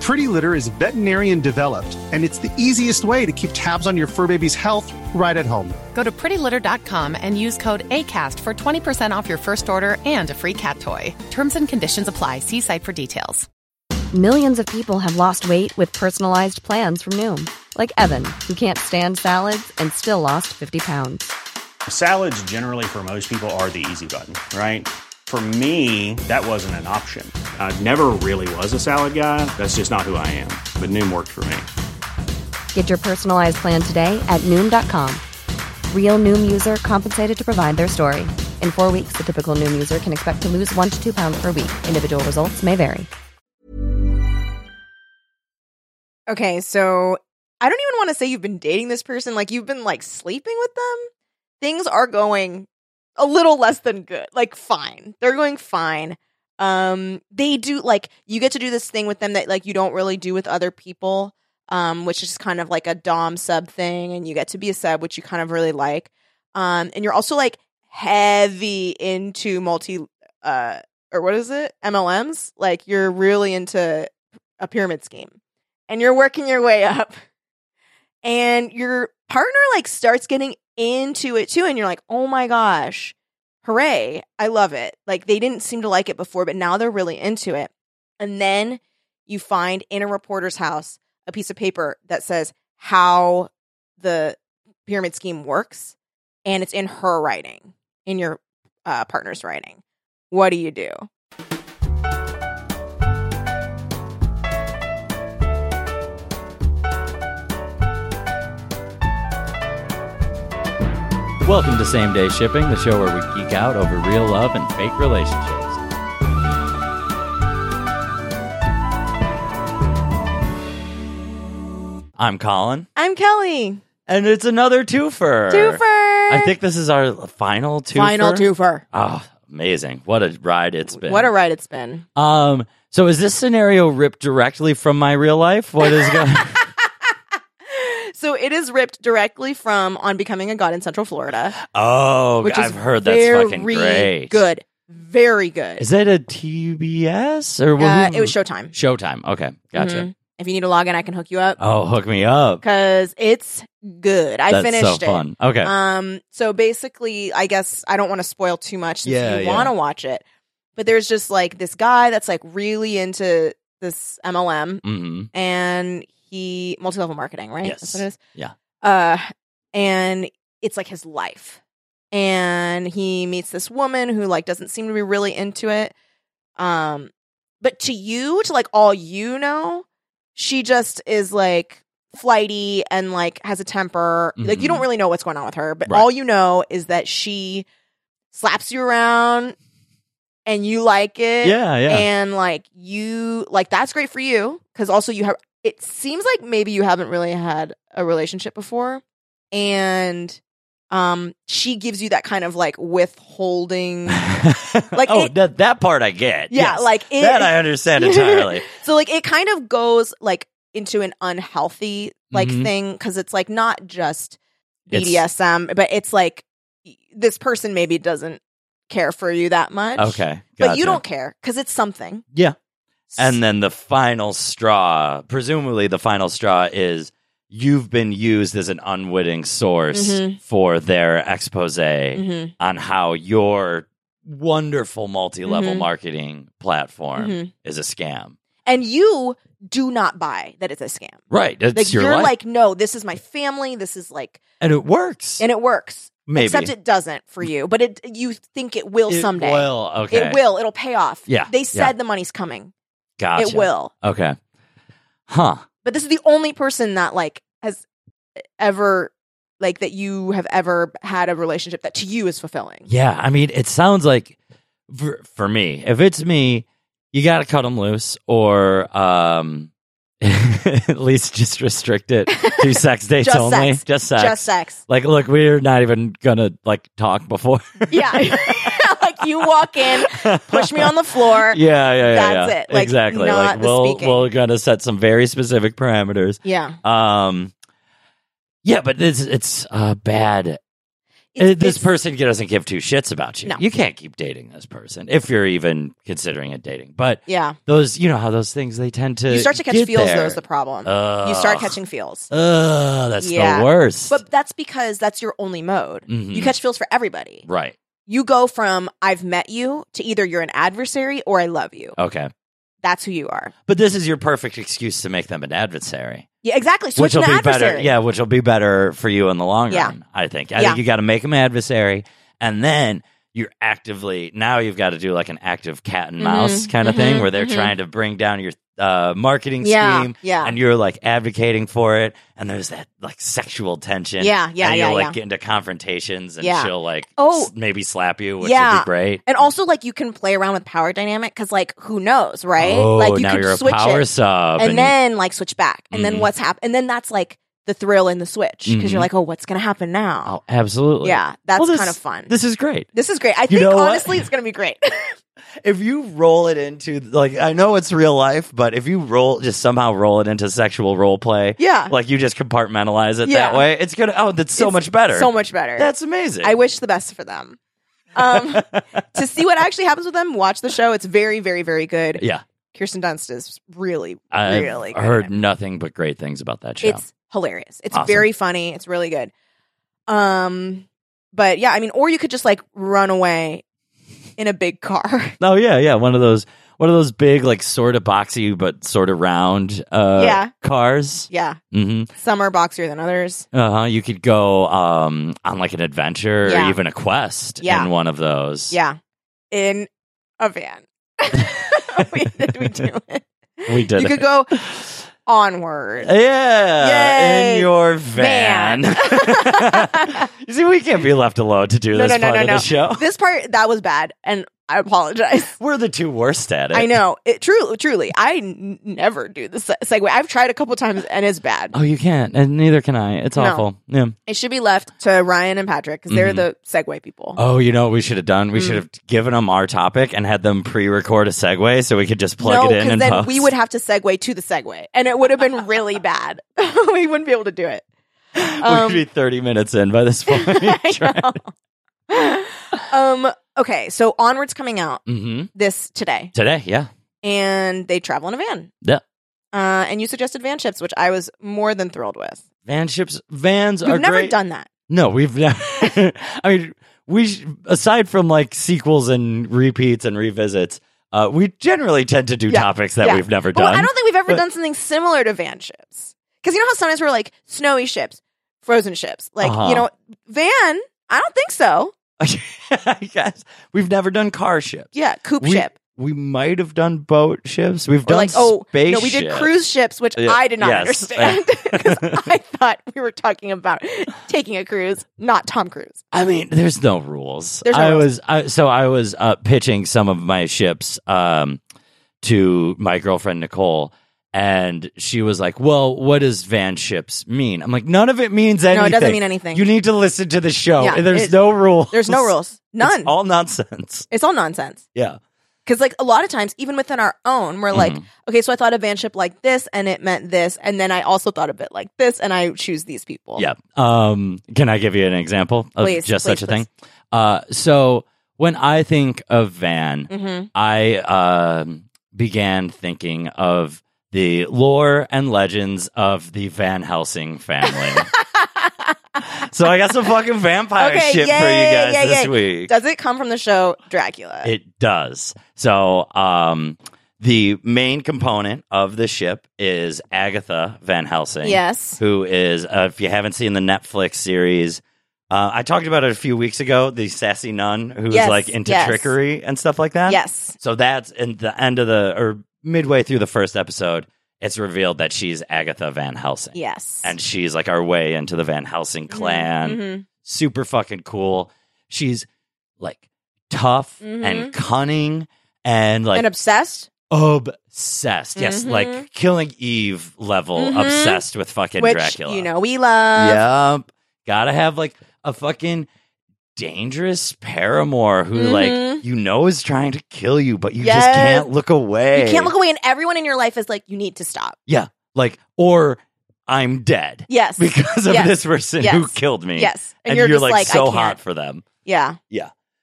Pretty Litter is veterinarian developed, and it's the easiest way to keep tabs on your fur baby's health right at home. Go to prettylitter.com and use code ACAST for 20% off your first order and a free cat toy. Terms and conditions apply. See site for details. Millions of people have lost weight with personalized plans from Noom, like Evan, who can't stand salads and still lost 50 pounds. Salads, generally, for most people, are the easy button, right? For me, that wasn't an option. I never really was a salad guy. That's just not who I am. But Noom worked for me. Get your personalized plan today at Noom.com. Real Noom user compensated to provide their story. In four weeks, the typical Noom user can expect to lose one to two pounds per week. Individual results may vary. Okay, so I don't even want to say you've been dating this person. Like you've been like sleeping with them. Things are going a little less than good. Like fine. They're going fine. Um they do like you get to do this thing with them that like you don't really do with other people. Um which is kind of like a dom sub thing and you get to be a sub which you kind of really like. Um and you're also like heavy into multi uh or what is it? MLMs? Like you're really into a pyramid scheme and you're working your way up and your partner like starts getting into it too and you're like oh my gosh hooray i love it like they didn't seem to like it before but now they're really into it and then you find in a reporter's house a piece of paper that says how the pyramid scheme works and it's in her writing in your uh, partner's writing what do you do Welcome to Same Day Shipping, the show where we geek out over real love and fake relationships. I'm Colin, i'm kelly and it's another twofer. twofer I think this is our final twofer. final twofer Oh, amazing. What a ride it's been. what a ride it's been Um, so is this scenario ripped directly from my real life? What is going So it is ripped directly from On Becoming a God in Central Florida, Oh, which I've is heard that's very fucking great. good, very good. Is that a TBS or who- uh, it was Showtime. Showtime? Okay, gotcha. Mhm. If you need to log in, I can hook you up Oh, hook me up. because it's good. I That's finished so it. fun. Okay. Um, so basically, I guess I don't want to spoil too much since Yeah, you yeah. want to watch it. But there's just like this guy that's like really into this MLM, hmm and he multi level marketing, right? Yes. That's what it is. Yeah. Uh, and it's like his life. And he meets this woman who like doesn't seem to be really into it. Um, but to you, to like all you know, she just is like flighty and like has a temper. Like you Mhm. don't really know what's going on with her, but Right. all you know is that she slaps you around and you like it Yeah, yeah. and like you like that's great for you because also you have it seems like maybe you haven't really had a relationship before and um she gives you that kind of like withholding like oh, it- that that part I get. yeah Yes. like it that I understand entirely. so like it kind of goes like into an unhealthy like Mhm. thing because it's like not just It's- BDSM, but it's like y- this person maybe doesn't care for you that much. Okay. But you gotcha. don't care because it's something. Yeah. And then the final straw, presumably the final straw is you've been used as an unwitting source Mhm. for their expose Mhm, on how your wonderful multi-level Mhm. marketing platform mhm. is a scam. And you do not buy that it's a scam. Right. It's Like your you're life. like, no, this is my family. This is like, and it works. and it works. Maybe. Except it doesn't for you, but it you think it will It someday. will. Okay. It will. It'll pay off. Yeah, They yeah. said the money's coming. Gotcha. It will. Okay. Huh. But this is the only person that like has ever like that you have ever had a relationship that to you is fulfilling. Yeah, I mean, it sounds like for, for me, if it's me, you got to cut them loose or um at least just restrict it to sex dates Just only. sex. Just sex. Just sex. Like look, we're not even going to like talk before. Yeah. like you walk in, push me on the floor. Yeah. Yeah, yeah, yeah. That's yeah. it. Like, exactly. not like the we'll speaking. we're going to set some very specific parameters. Um yeah, but it's it's uh, bad. It's- Uh, this it's- person doesn't give two shits about you. No. You can't keep dating this person if you're even considering it dating. But Yeah. those you know how those things they tend to You start to catch Uh, get feels, there. though, is the problem. Uh, you start catching feels. Ugh, that's Yeah. the worst But that's because that's your only mode. Mhm. You catch feels for everybody. right You go from I've met you to either you're an adversary or I love you. okay That's who you are. but this is your perfect excuse to make them an adversary Yeah, exactly. Switch which will to be adversary. better yeah which will be better for you in the long Yeah. run i think i Yeah. think you got to make them adversary and then you're actively now you've got to do like an active cat and mouse Mhm, kind of mhm, thing where they're mhm. trying to bring down your uh, marketing Yeah. scheme Yeah. and you're like advocating for it and there's that like sexual tension Yeah, yeah, and yeah, you'll like yeah. get into confrontations and Yeah. she'll like Oh. oh maybe slap you which would Yeah. be great And also, like, you can play around with power dynamic because, like, who knows, right? oh like, you now could you're a switch power it sub and then, like, switch back. And then Mhm. what's happened? And then that's like the thrill in the switch because you're Mhm. like, oh, what's going to happen now? oh absolutely yeah, that's Well, this- kind of fun. This, this is great is great. I You think, know what? honestly, it's going to be great. if you roll it into like I know it's real life, but if you roll just somehow roll it into sexual role play, yeah. like you just compartmentalize it Yeah. that way, it's gonna oh that's so It's much better. So much better. That's amazing. I wish the best for them. Um, to see what actually happens with them, watch the show. It's very, very, very good. yeah, Kirsten Dunst is really, I've really good. heard nothing but great things about that show. It's hilarious. It's Awesome. very funny. It's really good. Um, but yeah, I mean, or you could just like run away in a big car. oh yeah, yeah, one of those one of those big like sort of boxy but sort of round uh Yeah. cars. yeah, hmm some are boxier than others. Uh huh. You could go um on like an adventure Yeah. or even a quest Yeah. in one of those. Yeah, in a van. we did we do it. We did You could it. go onward. Yeah, Yay. in your van. Van. you see, we can't be left alone to do No, this no, no, part no, of no. the show. This part that was bad, and I apologize. We're the two worst at it. I know it. Truly, truly, I n- never do this se- segue. I've tried a couple times, and it's bad. Oh, you can't, and neither can I. It's No. awful. Yeah. It should be left to Ryan and Patrick because they're Mhm. the segue people. Oh, you know what we should have done? We Mm. should have given them our topic and had them pre-record a segue so we could just plug no, it in and then post. we would have to segue to the segue, and it would have been really bad. we wouldn't be able to do it. um, We'd be thirty minutes in by this point. I know. um. Okay, so onwards coming out hmm this today, Today, yeah, and they travel in a van. yeah. Uh, and you suggested van ships, which I was more than thrilled with. Van ships, vans We've are never great. done that. No, we've never. I mean, we sh- aside from like sequels and repeats and revisits, uh, we generally tend to do Yeah. topics that Yeah. we've never But done. I don't think we've ever But- done something similar to van ships. Because you know how sometimes we're like snowy ships, frozen ships. Like, Uh-huh. you know, van, I don't think so. I guess we've never done car ships. Yeah, coop we, ship. We might have done boat ships. We've Or done like, oh, space. no, we did ship. cruise ships, which Yeah, I did not yes. understand. Because I thought we were talking about taking a cruise, not Tom Cruise. I mean, there's no rules. There's no I rules. was I, so I was uh, pitching some of my ships um, to my girlfriend Nicole, and she was like, "Well, what does van ships mean?" I'm like, "None of it means anything. No, it doesn't mean anything. You need to listen to the show. Yeah, there's it- no rules. There's no rules. It's None. all nonsense. it's all nonsense. Yeah, Because like a lot of times, even within our own, we're like, Mhm. okay, so I thought of vanship like this, and it meant this, and then I also thought of it like this, and I choose these people. Yeah. Um, can I give you an example of Please, just please, such a please. thing? Uh, so when I think of Van, Mm-hmm. I um, began thinking of the lore and legends of the Van Helsing family. so I got some fucking vampire Okay, shit for you yay, guys yay, this yay. week. Does it come from the show Dracula? It does. So, um, the main component of the ship is Agatha Van Helsing. Yes. Who is, uh, if you haven't seen the Netflix series, uh, I talked about it a few weeks ago, the sassy nun who's Yes, like into yes. trickery and stuff like that. yes. So that's in the end of the, or midway through the first episode, it's revealed that she's Agatha Van Helsing. Yes. And she's like our way into the Van Helsing clan Mhm. super fucking cool. She's like tough Mhm. and cunning and like and obsessed obsessed. Yes, Mhm. like killing Eve level Mhm. obsessed with fucking which Dracula. you know we love. Yep. Gotta have like a fucking dangerous paramour who like Mhm. you know is trying to kill you, but you just Yes. can't look away. You can't look away, and everyone in your life is like, you need to stop. like or I'm dead. Yes. Because of Yes. this person who Yes. killed me. yes. And, you're, just like, like, I so can't. hot for them. Yeah.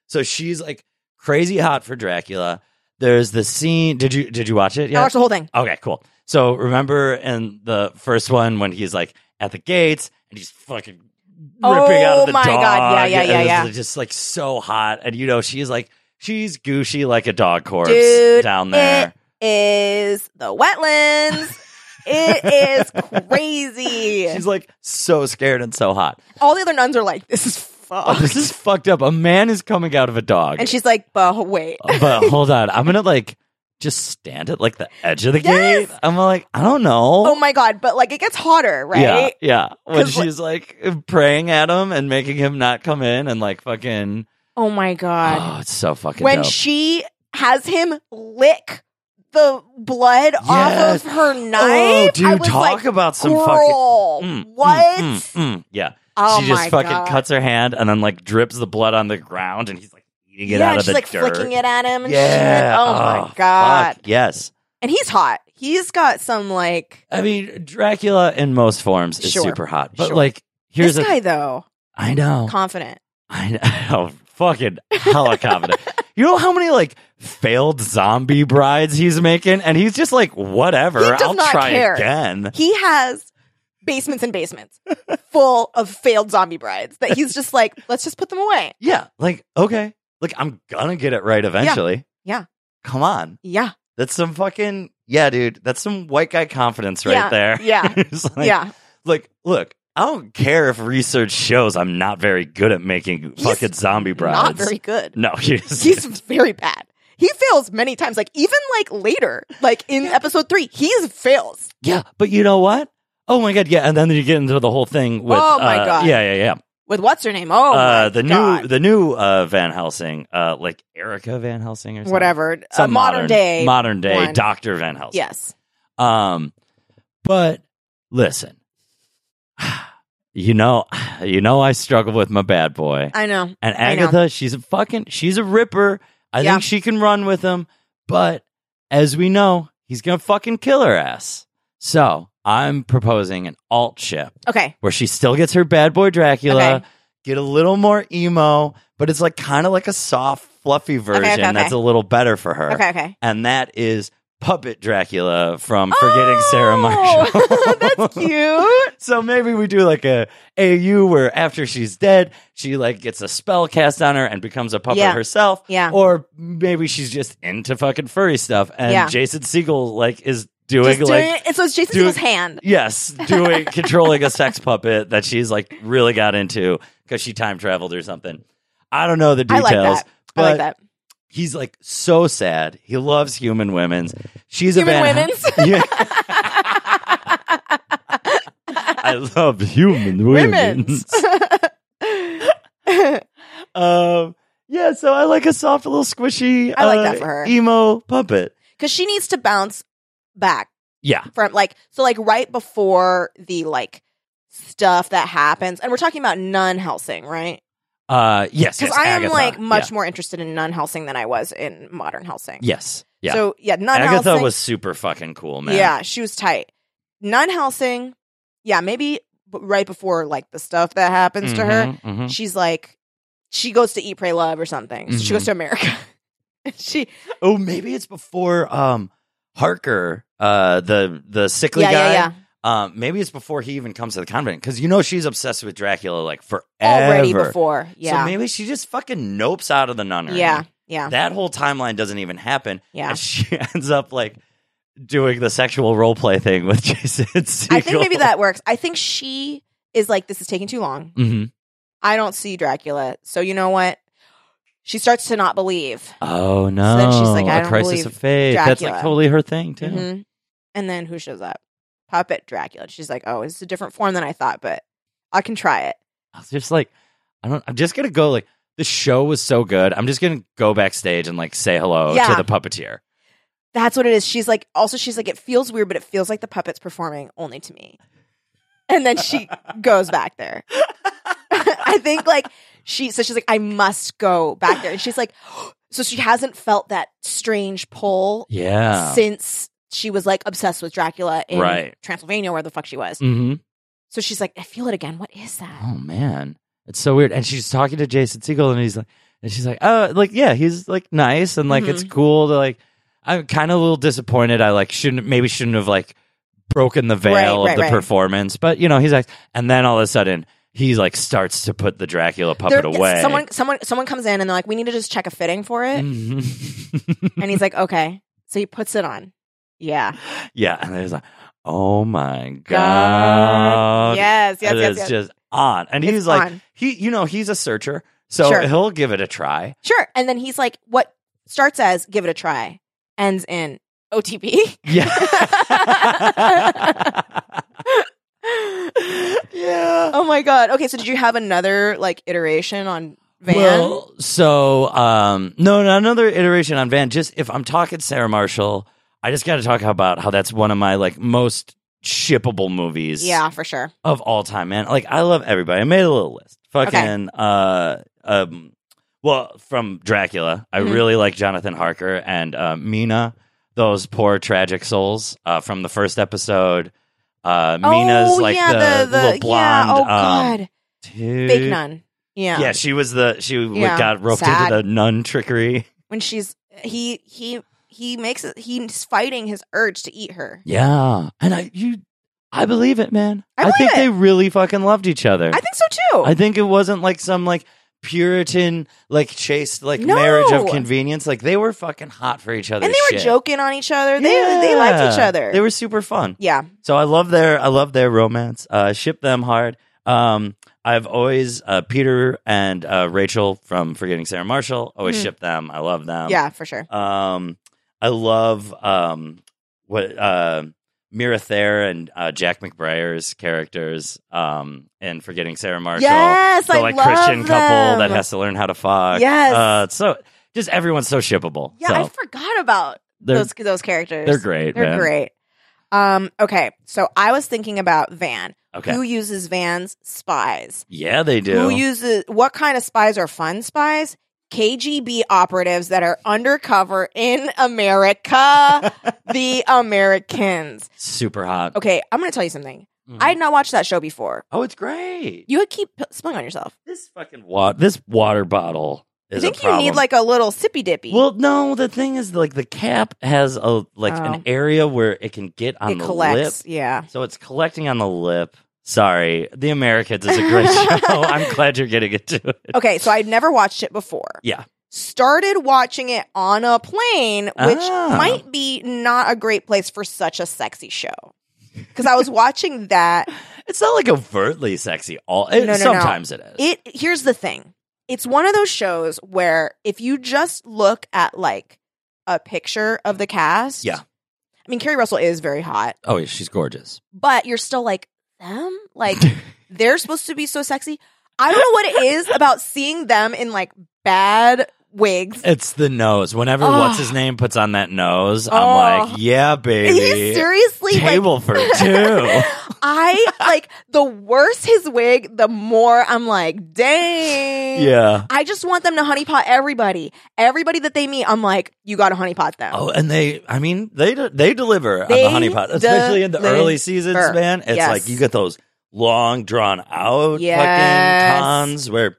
So she's like crazy hot for Dracula. There's the scene. Did you did you watch it? I Yeah. watched the whole thing. Okay, cool. So remember in the first one when he's like at the gates and he's fucking ripping out Oh of the my dog. God. Yeah, yeah, and yeah, it's yeah. Just like so hot, and you know she's like she's gushy like a dog corpse Dude, down there. It is the wetlands. it is crazy. She's like so scared and so hot. All the other nuns are like, this is Oh, fucked. this is fucked up. A man is coming out of a dog. Uh, and she's like, but wait. but hold on, I'm gonna like just stand at like the edge of the Yes! gate. I'm like, I don't know. Oh my God. But like, it gets hotter, right? Yeah, yeah. When 'Cause, like- she's like praying at him and making him not come in and like fucking. Oh my God. Oh, it's so fucking. when dope. she has him lick the blood Yes. off of her knife, oh, I dude, was talk like, about some "Girl, fucking. Mm, mm, what? mm, mm. Yeah, Oh she just my fucking God. cuts her hand and then like drips the blood on the ground and he's like eating it yeah, out and of she's the like dirt. flicking it at him and yeah. shit. Oh, Oh, my fuck, god. Yes. And he's hot. He's got some like I mean, Dracula in most forms is Sure, super hot, but sure. like here's this a. guy though, I know. confident. I know, fucking hella confident. you know how many like failed zombie brides he's making, and he's just like, whatever, He does I'll not try care. again. He has basements and basements full of failed zombie brides that he's just like, let's just put them away. Yeah, like okay, like I'm gonna get it right eventually. yeah. come on, Yeah. that's some fucking yeah, dude. That's some white guy confidence right Yeah, there. yeah, It's like, yeah. Like, look, I don't care if research shows I'm not very good at making He's fucking zombie brides. Not very good. No, he's He's very bad. He fails many times. Like even like later, like in episode three, he fails. Yeah, but you know what? Oh my god, yeah, and then you get into the whole thing with Oh my uh, God. Yeah, yeah, yeah. With what's her name? Oh, uh my the God. new the new uh Van Helsing, uh like Erica Van Helsing or something. whatever A Some modern, day modern day one. Dr. Van Helsing. Yes. Um but listen. You know, you know I struggle with my bad boy. I know. And I know. Agatha, she's a fucking she's a ripper. I Yeah. think she can run with him, but as we know, he's gonna fucking kill her ass. So I'm proposing an alt ship Okay. where she still gets her bad boy Dracula, Okay. get a little more emo, but it's like kind of like a soft, fluffy version okay, that's okay. a little better for her. Okay. Okay. And that is Puppet Dracula from Forgetting Sarah Oh, Marshall. That's cute. So maybe we do like a AU where after she's dead, she like gets a spell cast on her and becomes a puppet Yeah. herself. Yeah. Or maybe she's just into fucking furry stuff and Yeah. Jason Siegel like is doing Just like doing it. And so it's Jason doing- Siegel's hand. Yes, doing controlling a sex puppet that she's like really got into because she time traveled or something. I don't know the I details, like that. but I like that. he's like so sad. He loves human women's. She's Human a Van women's? yeah. I love human women's. um, yeah, so I like a soft little squishy. I like uh, that for her. emo puppet. Because she needs to bounce back Yeah, from like so like right before the like stuff that happens, and we're talking about nun Helsing, right? Uh, yes, Because yes, I am Agatha. like much Yeah. more interested in Nun Helsing than I was in modern Helsing. Yes, yeah. So yeah, Nun Agatha Helsing was super fucking cool, man. Yeah, she was tight. Nun Helsing, yeah, maybe b- right before like the stuff that happens to her, Mhm, mhm. she's like, she goes to Eat, Pray, Love or something. So She goes Mhm. to America. she, Oh, maybe it's before um Harker, uh, the the sickly yeah, guy. yeah, yeah. Um, maybe it's before he even comes to the convent because you know she's obsessed with Dracula like forever. Already before, yeah, So maybe she just fucking nopes out of the nunnery. yeah, yeah, That whole timeline doesn't even happen. yeah. And she ends up like doing the sexual role play thing with Jason Segel. I think maybe that works. I think she is like, this is taking too long. hmm I don't see Dracula, so you know what? She starts to not believe. Oh no! then she's like, I a don't crisis believe of faith. That's like Dracula. totally her thing too. Mhm. And then who shows up? Puppet Dracula. She's like, oh, it's a different form than I thought, but I can try it. I was just like, I don't. I'm just gonna go like. The show was so good. I'm just gonna go backstage and like say hello Yeah. to the puppeteer. That's what it is. She's like, also, she's like, it feels weird, but it feels like the puppet's performing only to me. And then she goes back there. I think like she, so she's like, I must go back there. And she's like, so she hasn't felt that strange pull Yeah. since she was like obsessed with Dracula in Right. Transylvania, where the fuck she was. hmm So she's like, I feel it again. What is that? Oh man, it's so weird. And she's talking to Jason Siegel, and he's like, and she's like, oh, like yeah, he's like nice, and like Mm-hmm. it's cool to like. I'm kind of a little disappointed. I like shouldn't maybe shouldn't have like broken the veil Right, of right, the right. performance, but you know he's like, and then all of a sudden he like starts to put the Dracula puppet There- away. Mm-hmm. Someone, someone, someone comes in and they're like, we need to just check a fitting for it. Mhm. And he's like, okay. So he puts it on. Yeah. yeah, and he's like, oh my God. god, Yes, yes, It yes, is yes. just on, and It's he's like, on. he, you know, he's a searcher, so Sure. he'll give it a try. Sure. And then he's like, what starts as give it a try ends in OTP. Yeah. yeah. Oh my God. Okay. So did you have another like iteration on Van? Well, so um, no, no, another iteration on Van. Just if I'm talking Sarah Marshall, I just got to talk about how that's one of my like most shippable movies. yeah, for sure. of all time, man. Like I love everybody. I made a little list. Fucking uh um well, from Dracula. I Mhm. really like Jonathan Harker and uh, Mina, those poor tragic souls uh from the first episode. Uh Oh, Mina's like the, little blonde yeah. Oh um, God. dude. Fake nun. Yeah. Yeah, she was the she w- Yeah. got roped Sad. into the nun trickery. When she's, he, he, he makes it, he's fighting his urge to eat her. Yeah. And I you I believe it, man. I believe think it. they really fucking loved each other. I think so too. I think it wasn't like some like Puritan like chaste like No. marriage of convenience. Like they were fucking hot for each other. and they were shit. joking on each other. They they Yeah. liked each other. They were super fun. yeah. So I love their I love their romance. Uh, ship them hard. Um, I've always uh, Peter and uh, Rachel from Forgetting Sarah Marshall always Mhm. ship them. I love them. yeah, for sure. Um, I love um what uh Mira Thayer and uh, Jack McBrayer's characters um in Forgetting Sarah Marshall Yes, the I like love Christian couple that them. has to learn how to fuck. Yes. uh, it's so just everyone's so shippable. Yeah, so I forgot about they're those those characters. they're great. They're man. great. Um, okay, so I was thinking about Van. Okay, Who uses Van's spies? yeah, they do. Who uses what kind of spies are fun spies? KGB operatives that are undercover in America, the Americans. Super hot. Okay, I'm going to tell you something. Mhm. I had not watched that show before. oh, it's great. You would keep p- spilling on yourself. this fucking water. This water bottle. I Is a think you need problem. like a little sippy dippy. Well, no. The thing is, like the cap has a like Oh. an area where it can get on it the collects. lip, Yeah. so it's collecting on the lip. Sorry, The Americans is a great show. I'm glad you're getting into it. Okay, so I'd never watched it before. Yeah. Started watching it on a plane, which Ah. might be not a great place for such a sexy show. Because I was watching that. It's not like overtly sexy. All it, No, no, no. sometimes it is. It here's the thing. It's one of those shows where if you just look at like a picture of the cast. Yeah. I mean, Carrie Russell is very hot, Oh, yeah, she's gorgeous. but you're still like, them? Like, they're supposed to be so sexy. I don't know what it is about seeing them in like bad wigs. It's the nose. Whenever Ugh. what's his name puts on that nose, I'm Oh. like, yeah, baby. He seriously like, Table for two. I like the worse his wig, the more I'm like, dang. yeah. I just want them to honeypot everybody. Everybody that they meet, I'm like, you got to honeypot them. Oh, and they, I mean, they de- they deliver They on the honeypot, especially in the early seasons, deliver. man. It's Yes. like you get those long, drawn out Yes. fucking cons where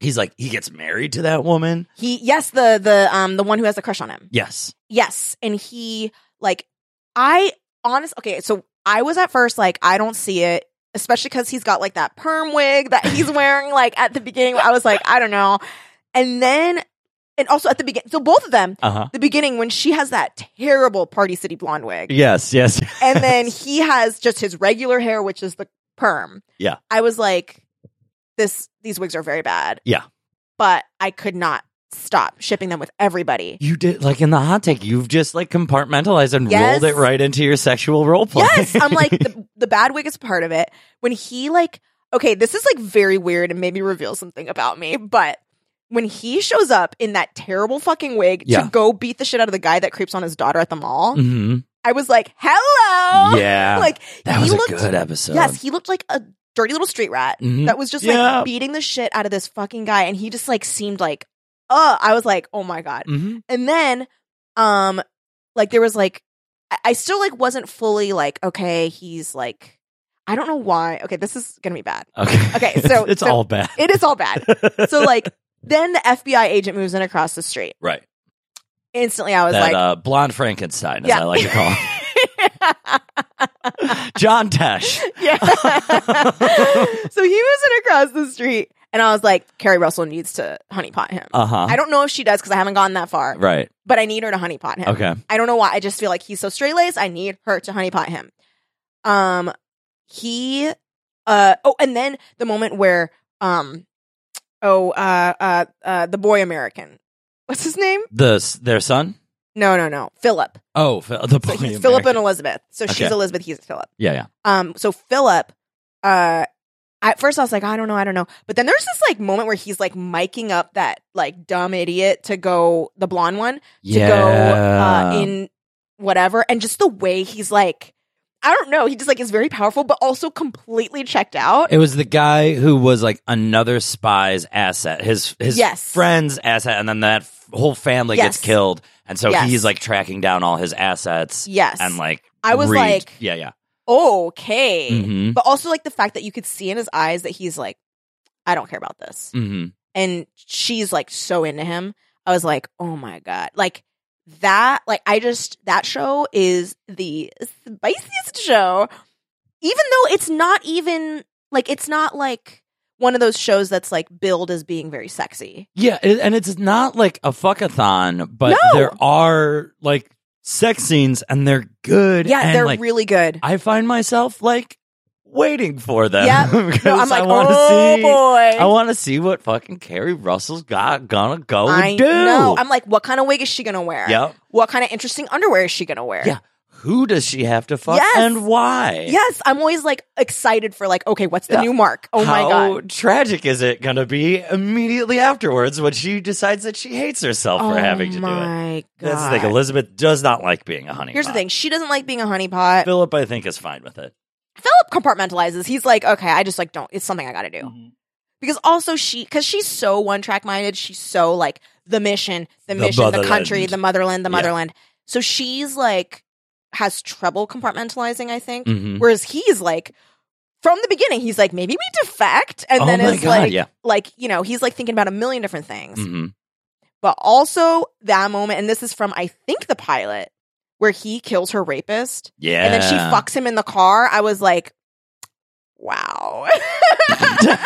he's like, he gets married to that woman. He yes, the the um the one who has the crush on him. Yes. Yes, and he like I honest okay, so I was at first like I don't see it, especially cuz he's got like that perm wig that he's wearing like at the beginning. I was like, I don't know. And then and also at the beginning, so both of them, Uh huh. the beginning when she has that terrible Party City blonde wig. Yes, yes. and then he has just his regular hair, which is the perm. Yeah. I was like, this these wigs are very bad. Yeah. But I could not stop shipping them with everybody. You did like in the hot take. You've just like compartmentalized and Yes. rolled it right into your sexual role play. Yes. I'm like, the, the bad wig is part of it. When he like okay, this is like very weird and maybe reveals something about me, but when he shows up in that terrible fucking wig Yeah. to go beat the shit out of the guy that creeps on his daughter at the mall, Mhm. I was like, "Hello!" Yeah, like that he was a looked good episode. Yes, he looked like a dirty little street rat Mhm. that was just Yeah. like beating the shit out of this fucking guy, and he just like seemed like, uh, I was like, oh my god. Mhm. And then, um, like there was like, I, I still like wasn't fully like, okay, he's like, I don't know why. Okay, this is gonna be bad. Okay. Okay, so- it's so- all bad. It is all bad. so like, then the FBI agent moves in across the street. right. Instantly, I was that like, uh, blonde Frankenstein, as Yeah. I like to call him. John Tesh. yeah. so he moves in across the street, and I was like, Carrie Russell needs to honeypot him. Uh huh. I don't know if she does because I haven't gone that far, Right. but I need her to honeypot him. Okay. I don't know why. I just feel like he's so straight laced. I need her to honeypot him. Um, he, uh, oh, and then the moment where, um, oh, uh, uh, uh, the boy American, what's his name? The s- their son. No, no, no, Philip. Oh, Phil- So the boy he's Philip and American. Elizabeth. So she's Okay. Elizabeth. He's Philip. Yeah, yeah. Um, so Philip, uh, at first I was like, I don't know, I don't know. But then there's this like moment where he's like miking up that like dumb idiot to go the blonde one to yeah. go uh, in whatever, and just the way he's like, I don't know, he just like is very powerful, but also completely checked out. It was the guy who was like another spy's asset, his his Yes. friend's asset, and then that f- whole family Yes. gets killed, and so Yes. he's like tracking down all his assets yes, and like I was read- like, yeah, yeah, okay, Mhm. but also like the fact that you could see in his eyes that he's like, I don't care about this, hmm and she's like so into him. I was like, oh my god, like. That like I just that show is the spiciest show, even though it's not even like it's not like one of those shows that's like billed as being very sexy. yeah, it, and it's not like a fuckathon, but No. there are like sex scenes, and they're good. Yeah, and, they're like, really good. I find myself like waiting for them. Yeah. because No, I'm like, I want to oh see. boy. I want to see what fucking Carrie Russell's got gonna go I do. know. I'm like, what kind of wig is she gonna wear? Yep. What kind of interesting underwear is she gonna wear? Yeah. Who does she have to fuck Yes. and why? Yes, I'm always like excited for like, okay, what's the Yeah. new mark? Oh my How god. tragic is it going to be immediately afterwards when she decides that she hates herself for having to do it? Oh my god. That's the thing. Elizabeth does not like being a honeypot. Here's the thing. She uh, doesn't like being a honeypot. Philip, I think, is fine with it. Philip compartmentalizes. He's like, okay, I just like don't. It's something I got to do. Mm-hmm. Because also she, because she's so one track minded. She's so like the mission, the, The mission, the motherland. country, the motherland, the Yeah. motherland. So she's like has trouble compartmentalizing. I think. Mhm. Whereas he's like from the beginning, he's like maybe we defect, and Oh then my it's God, like yeah. like you know he's like thinking about a million different things. Mhm. But also that moment, and this is from I think the pilot where he kills her rapist Yeah. and then she fucks him in the car. I was like, wow. and then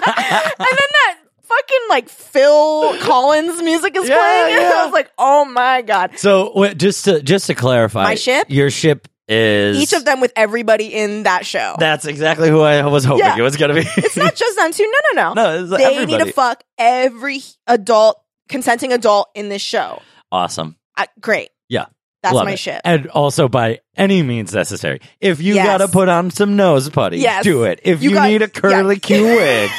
that fucking like Phil Collins music is Yeah, playing. yeah. I was like, oh my god. So wait, just to just to clarify, My ship? your ship is Each of them with everybody in that show. That's exactly who I was hoping Yeah. it was going to be. it's not just them two. No, no, no. no, it's they need everybody. to fuck every adult, consenting adult in this show. awesome. I, great. Yeah. That's Love my it. shit. And also by any means necessary. If you Yes. gotta put on some nose putty, Yes. do it. If You you, got- need a curly yeah. Q wig,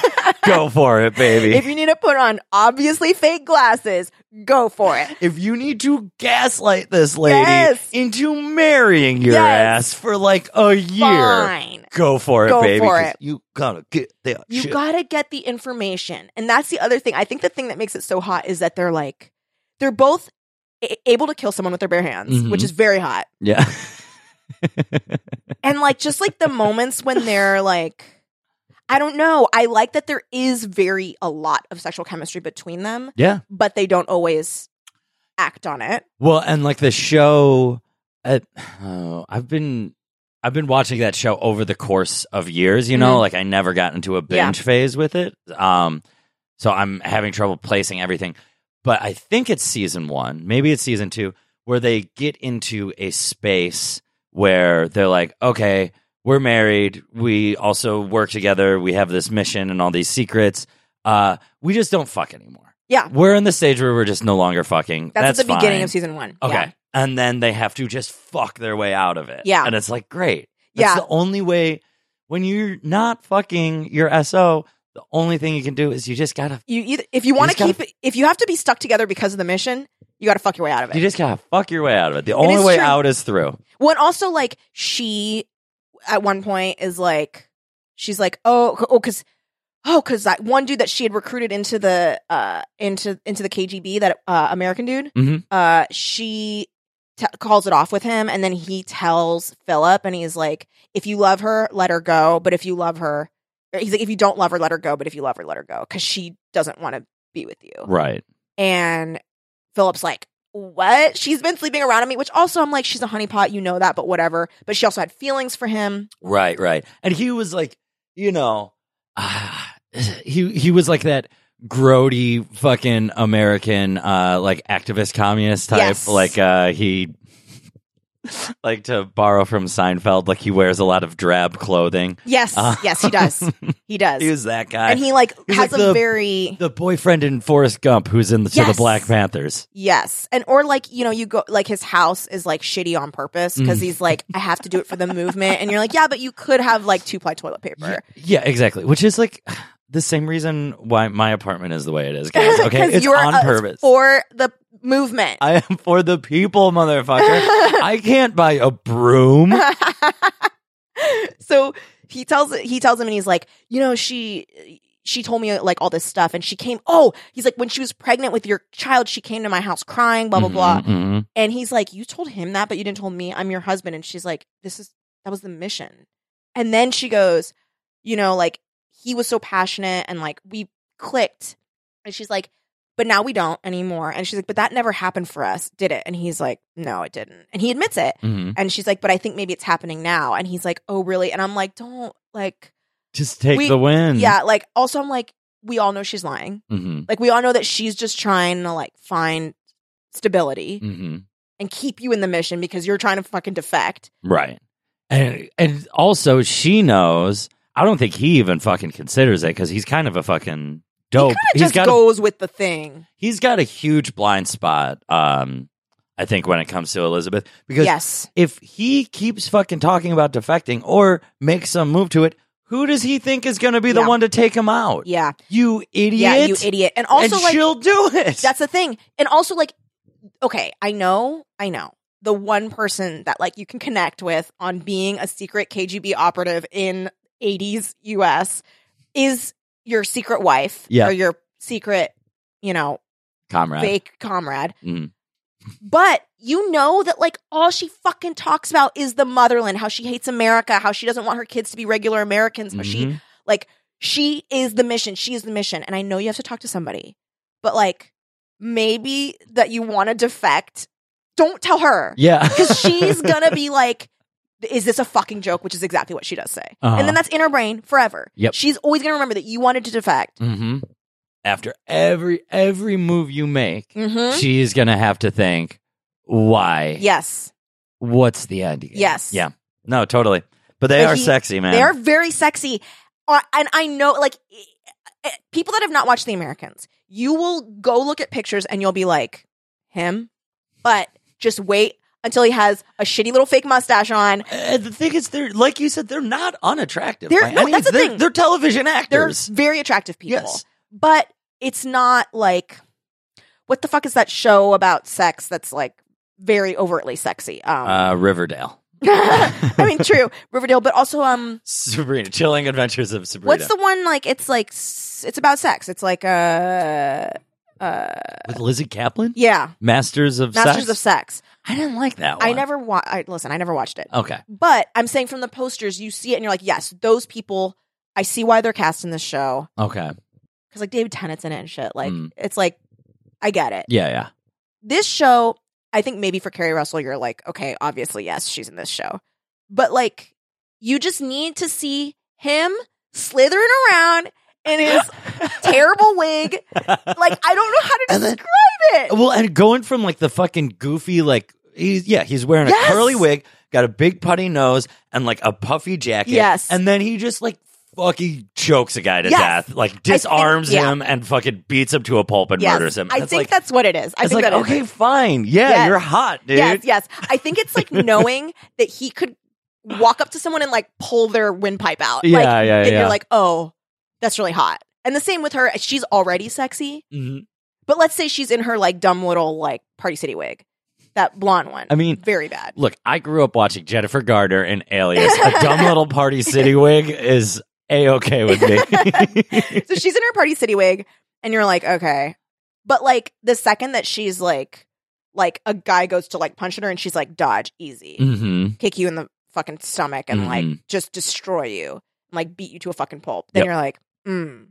Go for it, baby. If you need to put on obviously fake glasses, go for it. if you need to gaslight this lady Yes. into marrying your Yes. ass for like a year, Fine. go for it, Go baby. for 'cause it. You gotta get that You shit. gotta get the information. And that's the other thing. I think the thing that makes it so hot is that they're like, they're both a- able to kill someone with their bare hands, Mhm. which is very hot. yeah. And like, just like the moments when they're like, I don't know. I like that there is very a lot of sexual chemistry between them, yeah. but they don't always act on it. Well, and like the show, uh, oh, I've been I've been watching that show over the course of years. You know, Mhm. like I never got into a binge phase with it. Um, so I'm having trouble placing everything. But I think it's season one, maybe it's season two, where they get into a space where they're like, okay, we're married. We also work together. We have this mission and all these secrets. Uh, we just don't fuck anymore. Yeah. We're in the stage where we're just no longer fucking. That's, That's at the beginning fine. of season one. Okay. Yeah. And then they have to just fuck their way out of it. Yeah. And it's like, great. That's Yeah. the only way when you're not fucking your SO, the only thing you can do is you just gotta You either if you want to just gotta- keep it, if you have to be stuck together because of the mission, you got to fuck your way out of it. you just gotta fuck your way out of it. The only is way true. out is through. Well, and also like she at one point is like she's like oh c- oh because oh because that one dude that she had recruited into the uh into into the KGB that uh, American dude Mhm. uh she t- calls it off with him and then he tells Philip and he's like if you love her let her go but if you love her or he's like if you don't love her let her go but if you love her let her go because she doesn't want to be with you Right. and Philip's like, what? She's been sleeping around on me, which also I'm like, she's a honeypot, you know that, but whatever. But she also had feelings for him. Right, right. And he was like, you know, ah, he he was like that grody fucking American uh like activist communist type. Yes. Like uh he like to borrow from Seinfeld, like he wears a lot of drab clothing. Yes, Uh. yes, he does. He does. He was that guy. and he like He was has like a the- very the boyfriend in Forrest Gump who's in the, to the Yes. Black Panthers. yes, and or like you know you go like his house is like shitty on purpose because Mm. he's like I have to do it for the movement, and you're like yeah, but you could have like two ply toilet paper. Yeah, exactly. Which is like the same reason why my apartment is the way it is, guys. Okay. 'Cause it's you're on a- purpose. for the movement. I am for the people, motherfucker. I can't buy a broom. so he tells he tells him and he's like you know she she told me like all this stuff and she came oh he's like when she was pregnant with your child she came to my house crying blah blah blah Mhm, mhm. and he's like you told him that but you didn't tell me i'm your husband and she's like this is that was the mission and then she goes you know like he was so passionate and like we clicked and she's like but now we don't anymore and she's like but that never happened for us did it and he's like no it didn't and he admits it Mhm. and she's like, but I think maybe it's happening now. And he's like, oh, really? And I'm like, don't, like, Just take We- the win. yeah, like, also, I'm like, we all know she's lying. hmm Like, we all know that she's just trying to, like, find stability hmm and keep you in the mission because you're trying to fucking defect. Right. And and also she knows. I don't think he even fucking considers it because he's kind of a fucking dope. It Oh, He's just got a goes with the thing. he's got a huge blind spot. Um, I think when it comes to Elizabeth, because yes. if he keeps fucking talking about defecting or makes some move to it, who does he think is going to be the Yeah. one to take him out? Yeah. You idiot! Yeah, you idiot. And also, and like, she'll do it. That's the thing. And also, like, okay, I know, I know. The one person that like you can connect with on being a secret KGB operative in 80s US is your secret wife Yeah. or your secret, you know, comrade. fake comrade. Mm. But you know that like all she fucking talks about is the motherland, how she hates America, how she doesn't want her kids to be regular Americans, how she Mhm. like she is the mission. She is the mission. And I know you have to talk to somebody, but like maybe that you want to defect. Don't tell her yeah, because she's gonna be like, "Is this a fucking joke?" Which is exactly what she does say. Uh-huh. And then that's in her brain forever. Yep. She's always gonna remember that you wanted to defect. hmm After every every move you make, Mm-hmm. she's gonna have to think why. Yes, What's the end? game? Yes. Yeah. No, totally. But they But are he- sexy, man. they are very sexy, uh, and I know like eh, eh, people that have not watched The Americans. You will go look at pictures and you'll be like him, but just wait until he has a shitty little fake mustache on. Uh, the thing is, they're like you said, they're not unattractive. They're- by no, any that's the means. they're, thing. they're television They're actors. very attractive people. Yes. But it's not like what the fuck is that show about sex that's like very overtly sexy? Um Uh, Riverdale, I mean true, Riverdale, but also um Sabrina, Chilling Adventures of Sabrina. what's the one like it's like s- it's about sex. It's like uh with Lizzie Kaplan? yeah, Masters of Masters Sex? Oh. of Sex. I didn't like that. one. I never wa- I listen, I never watched it. Okay. But I'm saying from the posters, you see it and you're like, yes, those people, I see why they're cast in this show. Okay. Because like David Tennant's in it and shit. Like, Mm. it's like, I get it. Yeah. Yeah. This show, I think maybe for Carrie Russell, you're like, okay, obviously, yes, she's in this show. But like, you just need to see him slithering around in his terrible wig. Like, I don't know how to And then- describe it. Well, and going from like the fucking goofy, like he's yeah, he's wearing a Yes! curly wig, got a big putty nose, and like a puffy jacket. Yes. and then he just like fucking chokes a guy to Yes. death, like disarms yeah. him and fucking beats him to a pulp and Yes. murders him. I It's think like, that's what it is. I think it's like that is okay, it. fine, yeah, Yes. you're hot, dude. Yes, yes. I think it's like knowing that he could walk up to someone and like pull their windpipe out. like, Yeah, yeah, that yeah. You're like, oh, that's really hot. And the same with her. She's already sexy, Mhm. but let's say she's in her like dumb little like Party City wig, that blonde one. I mean- very bad. Look, I grew up watching Jennifer Garner in Alias. a dumb little party city wig is a okay with me. so she's in her Party City wig, and you're like, okay. But like the second that she's like, like a guy goes to like punch at her, and she's like, dodge easy. hmm kick you in the fucking stomach and Mhm. like just destroy you and like beat you to a fucking pulp. Then Yep. you're like, mm,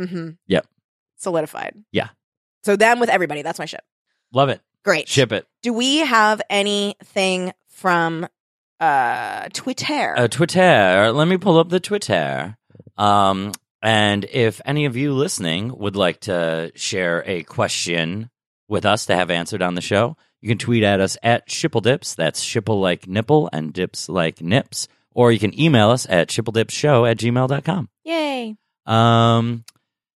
mm-hmm. Yep. Solidified. Yeah. So then with everybody, that's my ship. Love it. Great. Ship it. Do we have anything from uh Twitter? uh, Twitter. Let me pull up the Twitter. Um, and if any of you listening would like to share a question with us to have answered on the show, you can tweet at us at shippeldips. That's shipple like nipple and dips like nips. Or you can email us at shippeldipshow at gmail.com. Yay. Um,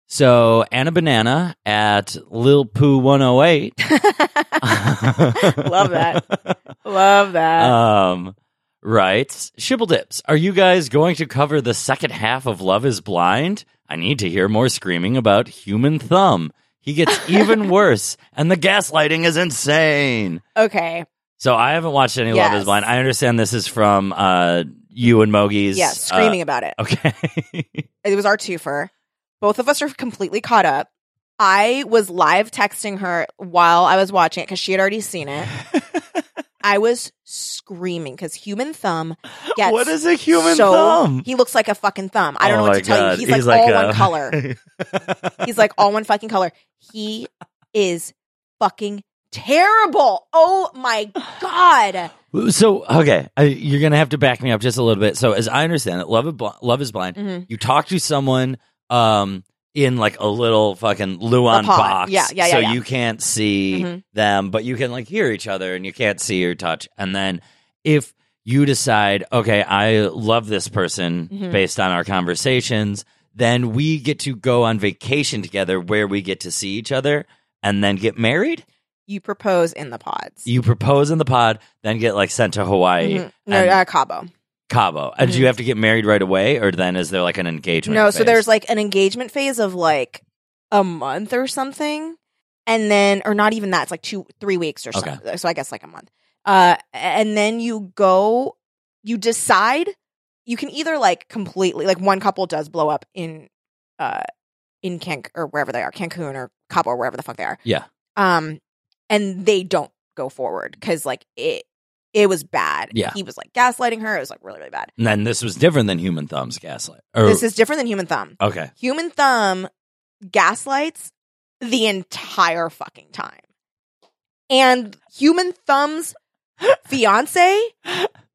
so Anna Banana at lilpoo108. Love that. Love that. um, writes Shibble Dips, are you guys going to cover the second half of Love is Blind? I need to hear more screaming about human thumb. He gets even worse, and the gaslighting is insane. okay. So I haven't watched any Love Yes. is Blind. I understand this is from uh, you and Mogi's. Yeah, screaming about it. Uh, okay. It was our twofer. Both of us are completely caught up. I was live texting her while I was watching it because she had already seen it. I was screaming because human thumb gets what is a human so, thumb? He looks like a fucking thumb. I don't Oh know what my to tell God. you. He's, like, all one color. He's like all one fucking color. He is fucking terrible. Oh my god. So okay, I, you're gonna have to back me up just a little bit. So as I understand it, love is blind, love is blind. Mhm. You talk to someone um in like a little fucking Luan A pod. box, Yeah, yeah, yeah, So yeah. you can't see Mhm. them, but you can like hear each other, and you can't see or touch. And then if you decide, okay, I love this person Mhm. based on our conversations, then we get to go on vacation together, where we get to see each other, and then get married. You propose in the pods. You propose in the pod, then get like sent to Hawaii. Mhm. No, and- uh, Cabo. Cabo. And do you have to get married right away, or then is there like an engagement? Mm-hmm. No, so phase? there's like an engagement phase of like a month or something. And then or not even that, it's like two three weeks or Okay. something. So I guess like a month. Uh and then you go you decide you can either like completely like one couple does blow up in uh in Cancun or wherever they are, Cancun or Cabo or wherever the fuck they are. Yeah. Um and they don't go forward cuz like it it was bad. Yeah. He was like gaslighting her. It was like really really bad. And then this was different than Human Thumb's gaslight. Or, This is different than human thumb. okay. Human Thumb gaslights the entire fucking time. And Human Thumb's fiance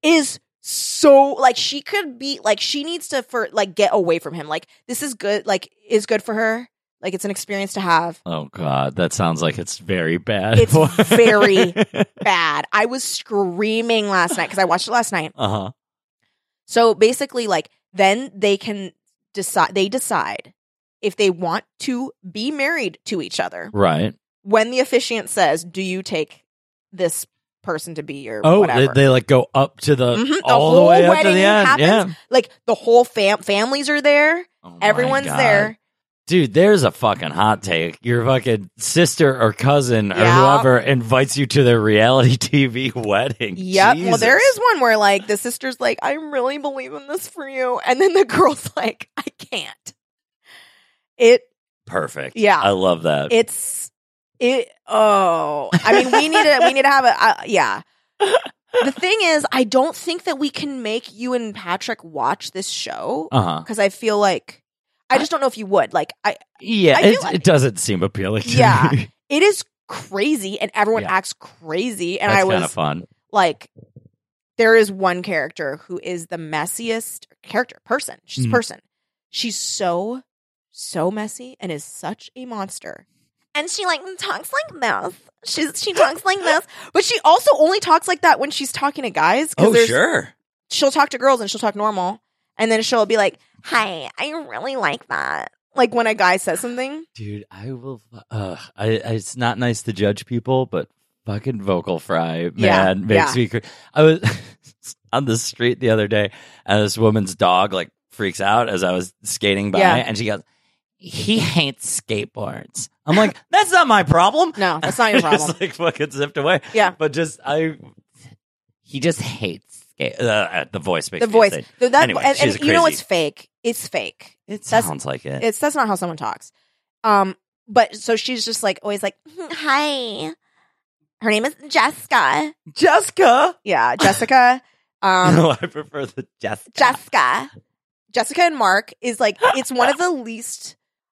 is so like she could be like she needs to for like get away from him. Like this is good like is good for her. Like it's an experience to have. Oh God, that sounds like it's very bad. It's very bad. I was screaming last night cuz I watched it last night. uh huh. So basically, like then they can decide. They decide if they want to be married to each other. Right. When the officiant says, "Do you take this person to be or Oh, they, whatever. they like go up to the Mhm. all the whole way up to wedding the end. happens. Yeah. Like the whole fam- families are there. Oh my Everyone's God. there. Dude, there's a fucking hot take. Your fucking sister or cousin or Yeah. whoever invites you to their reality TV wedding. Yep. Well, there Jesus. is one where like the sister's like, I really believe in this for you. And then the girl's like, I can't. It perfect. Yeah. I love that. it's it oh i mean we need to we need to have a uh, yeah the thing is i don't think that we can make you and patrick watch this show uh huh. because i feel like i just don't know if you would like i Yeah, I feel it, like- it doesn't seem appealing. To Yeah. me. it is crazy and everyone Yeah. acts crazy and that's i kind of was fun. like there is one character who is the messiest character person she's a Mhm. person she's so so messy and is such a monster and she like talks like this she's she talks like this but she also only talks like that when she's talking to guys Oh, there's- sure. she'll talk to girls and she'll talk normal and then she'll be like hi i really like that like when a guy says something Dude, I will. Uh, I, I, it's not nice to judge people, but fucking vocal fry, Yeah, man, makes me. Cr- I was on the street the other day, and this woman's dog like freaks out as I was skating by, Yeah. and she goes, "He hates skateboards." I'm like, "That's not my problem." no that's not your problem just like fucking zipped away. Yeah. but just I. He just hates skate. Uh, the voice makes the me voice insane. Though that, Anyway, and, she's and a you know crazy- it's fake it's fake It that's- sounds like it. it's that's not how someone talks. Um, but so she's just like always like, "Hmm, "Hi, her name is Jessica." Jessica. Yeah, Jessica. Um, no, I prefer the Jessica. Jessica. Jessica and Mark is like it's one of the least.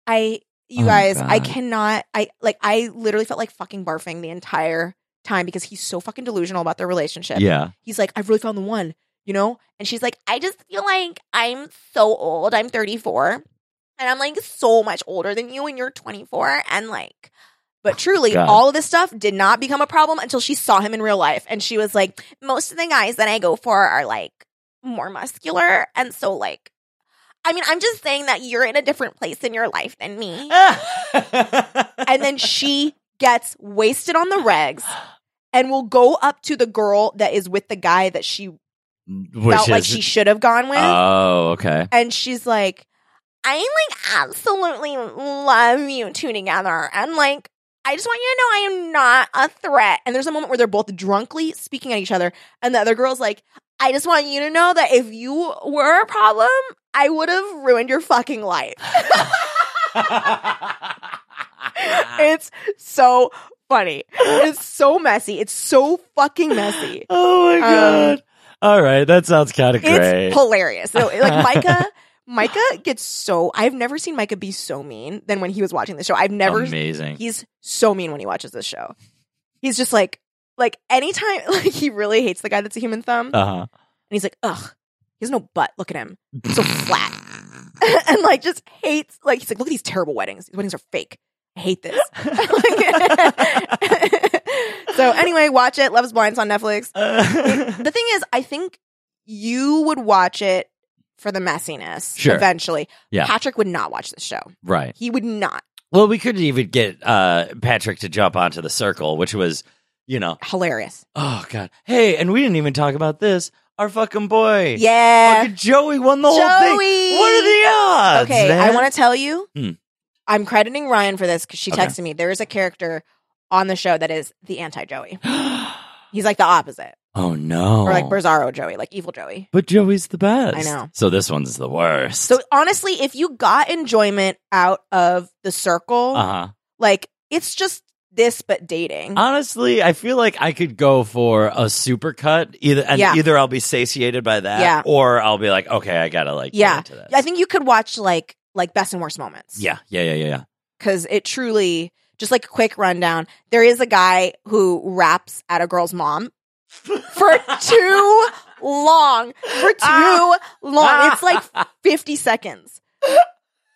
I you Oh, guys, I God. cannot. I like I literally felt like fucking barfing the entire time because he's so fucking delusional about their relationship. Yeah. He's like, I've really found the one, you know? And she's like, I just feel like I'm so old. I'm 34. And I'm like so much older than you and you're 24. And like, but truly, God. all of this stuff did not become a problem until she saw him in real life. And she was like, most of the guys that I go for are like more muscular. And so, like, I mean, I'm just saying that you're in a different place in your life than me. and and then she gets wasted on the regs and will go up to the girl that is with the guy that she Which felt like is- she should have gone with. Oh, okay. and she's like, I like absolutely love you two together. And like, I just want you to know I am not a threat. And there's a moment where they're both drunkly speaking at each other. And the other girl's like, I just want you to know that if you were a problem, I would have ruined your fucking life. Ah. it's so funny. It's so messy. It's so fucking messy. Oh my Um, god. All right, that sounds kind of great. It's hilarious. So, like Micah, Micah gets so. I've never seen Micah be so mean than when he was watching the show. I've never. amazing. He's so mean when he watches this show. He's just like, like anytime, like he really hates the guy that's a human thumb, and Uh-huh. he's like, ugh, he has no butt. Look at him, so flat, and like just hates. Like he's like, look at these terrible weddings. These weddings are fake. I hate this. so anyway, watch it. Love's Blind's on Netflix the thing is, I think you would watch it for the messiness Sure. eventually. Yeah. Patrick would not watch this show. right. He would not. Well, we could even get uh Patrick to jump onto the circle, which was, you know, Hilarious. oh god. Hey, and we didn't even talk about this. Our fucking boy. Yeah. Fucking Joey won the whole Joey! thing. What are the odds? okay, I man? want to tell you, Hmm. I'm crediting Ryan for this because she Okay. texted me. There is a character on the show that is the anti Joey. He's like the opposite, Oh no. or like Bizarro Joey, like evil Joey. But Joey's the best. I know. So this one's the worst. So honestly, if you got enjoyment out of the circle, uh-huh. Uh, like it's just this but dating. Honestly, I feel like I could go for a supercut. Either and Yeah. either I'll be satiated by that Yeah. or I'll be like, okay, I gotta like Yeah. get into this. I think you could watch like like best and worst moments. Yeah, yeah, yeah, yeah, yeah. because it truly just like a quick rundown there is a guy who raps at a girl's mom for too long for too long it's like 50 seconds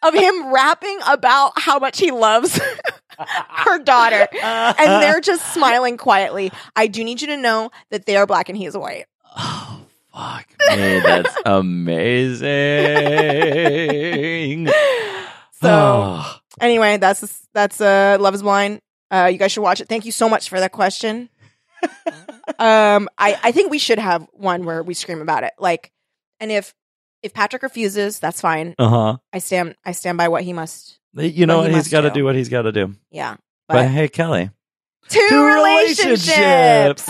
of him rapping about how much he loves her daughter Uh. and they're just smiling quietly i do need you to know that they are black and he is white Oh fuck me, that's amazing. so Oh, anyway that's that's uh love is blind uh you guys should watch it thank you so much for that question um, I, I think we should have one where we scream about it. Like, and if if Patrick refuses, that's fine. Uh huh. I stand I stand by what he must. You know Well, he what? He's must got to do. do what he's got to do. Yeah, But, but, hey, Kelly. two, Two relationships. relationships.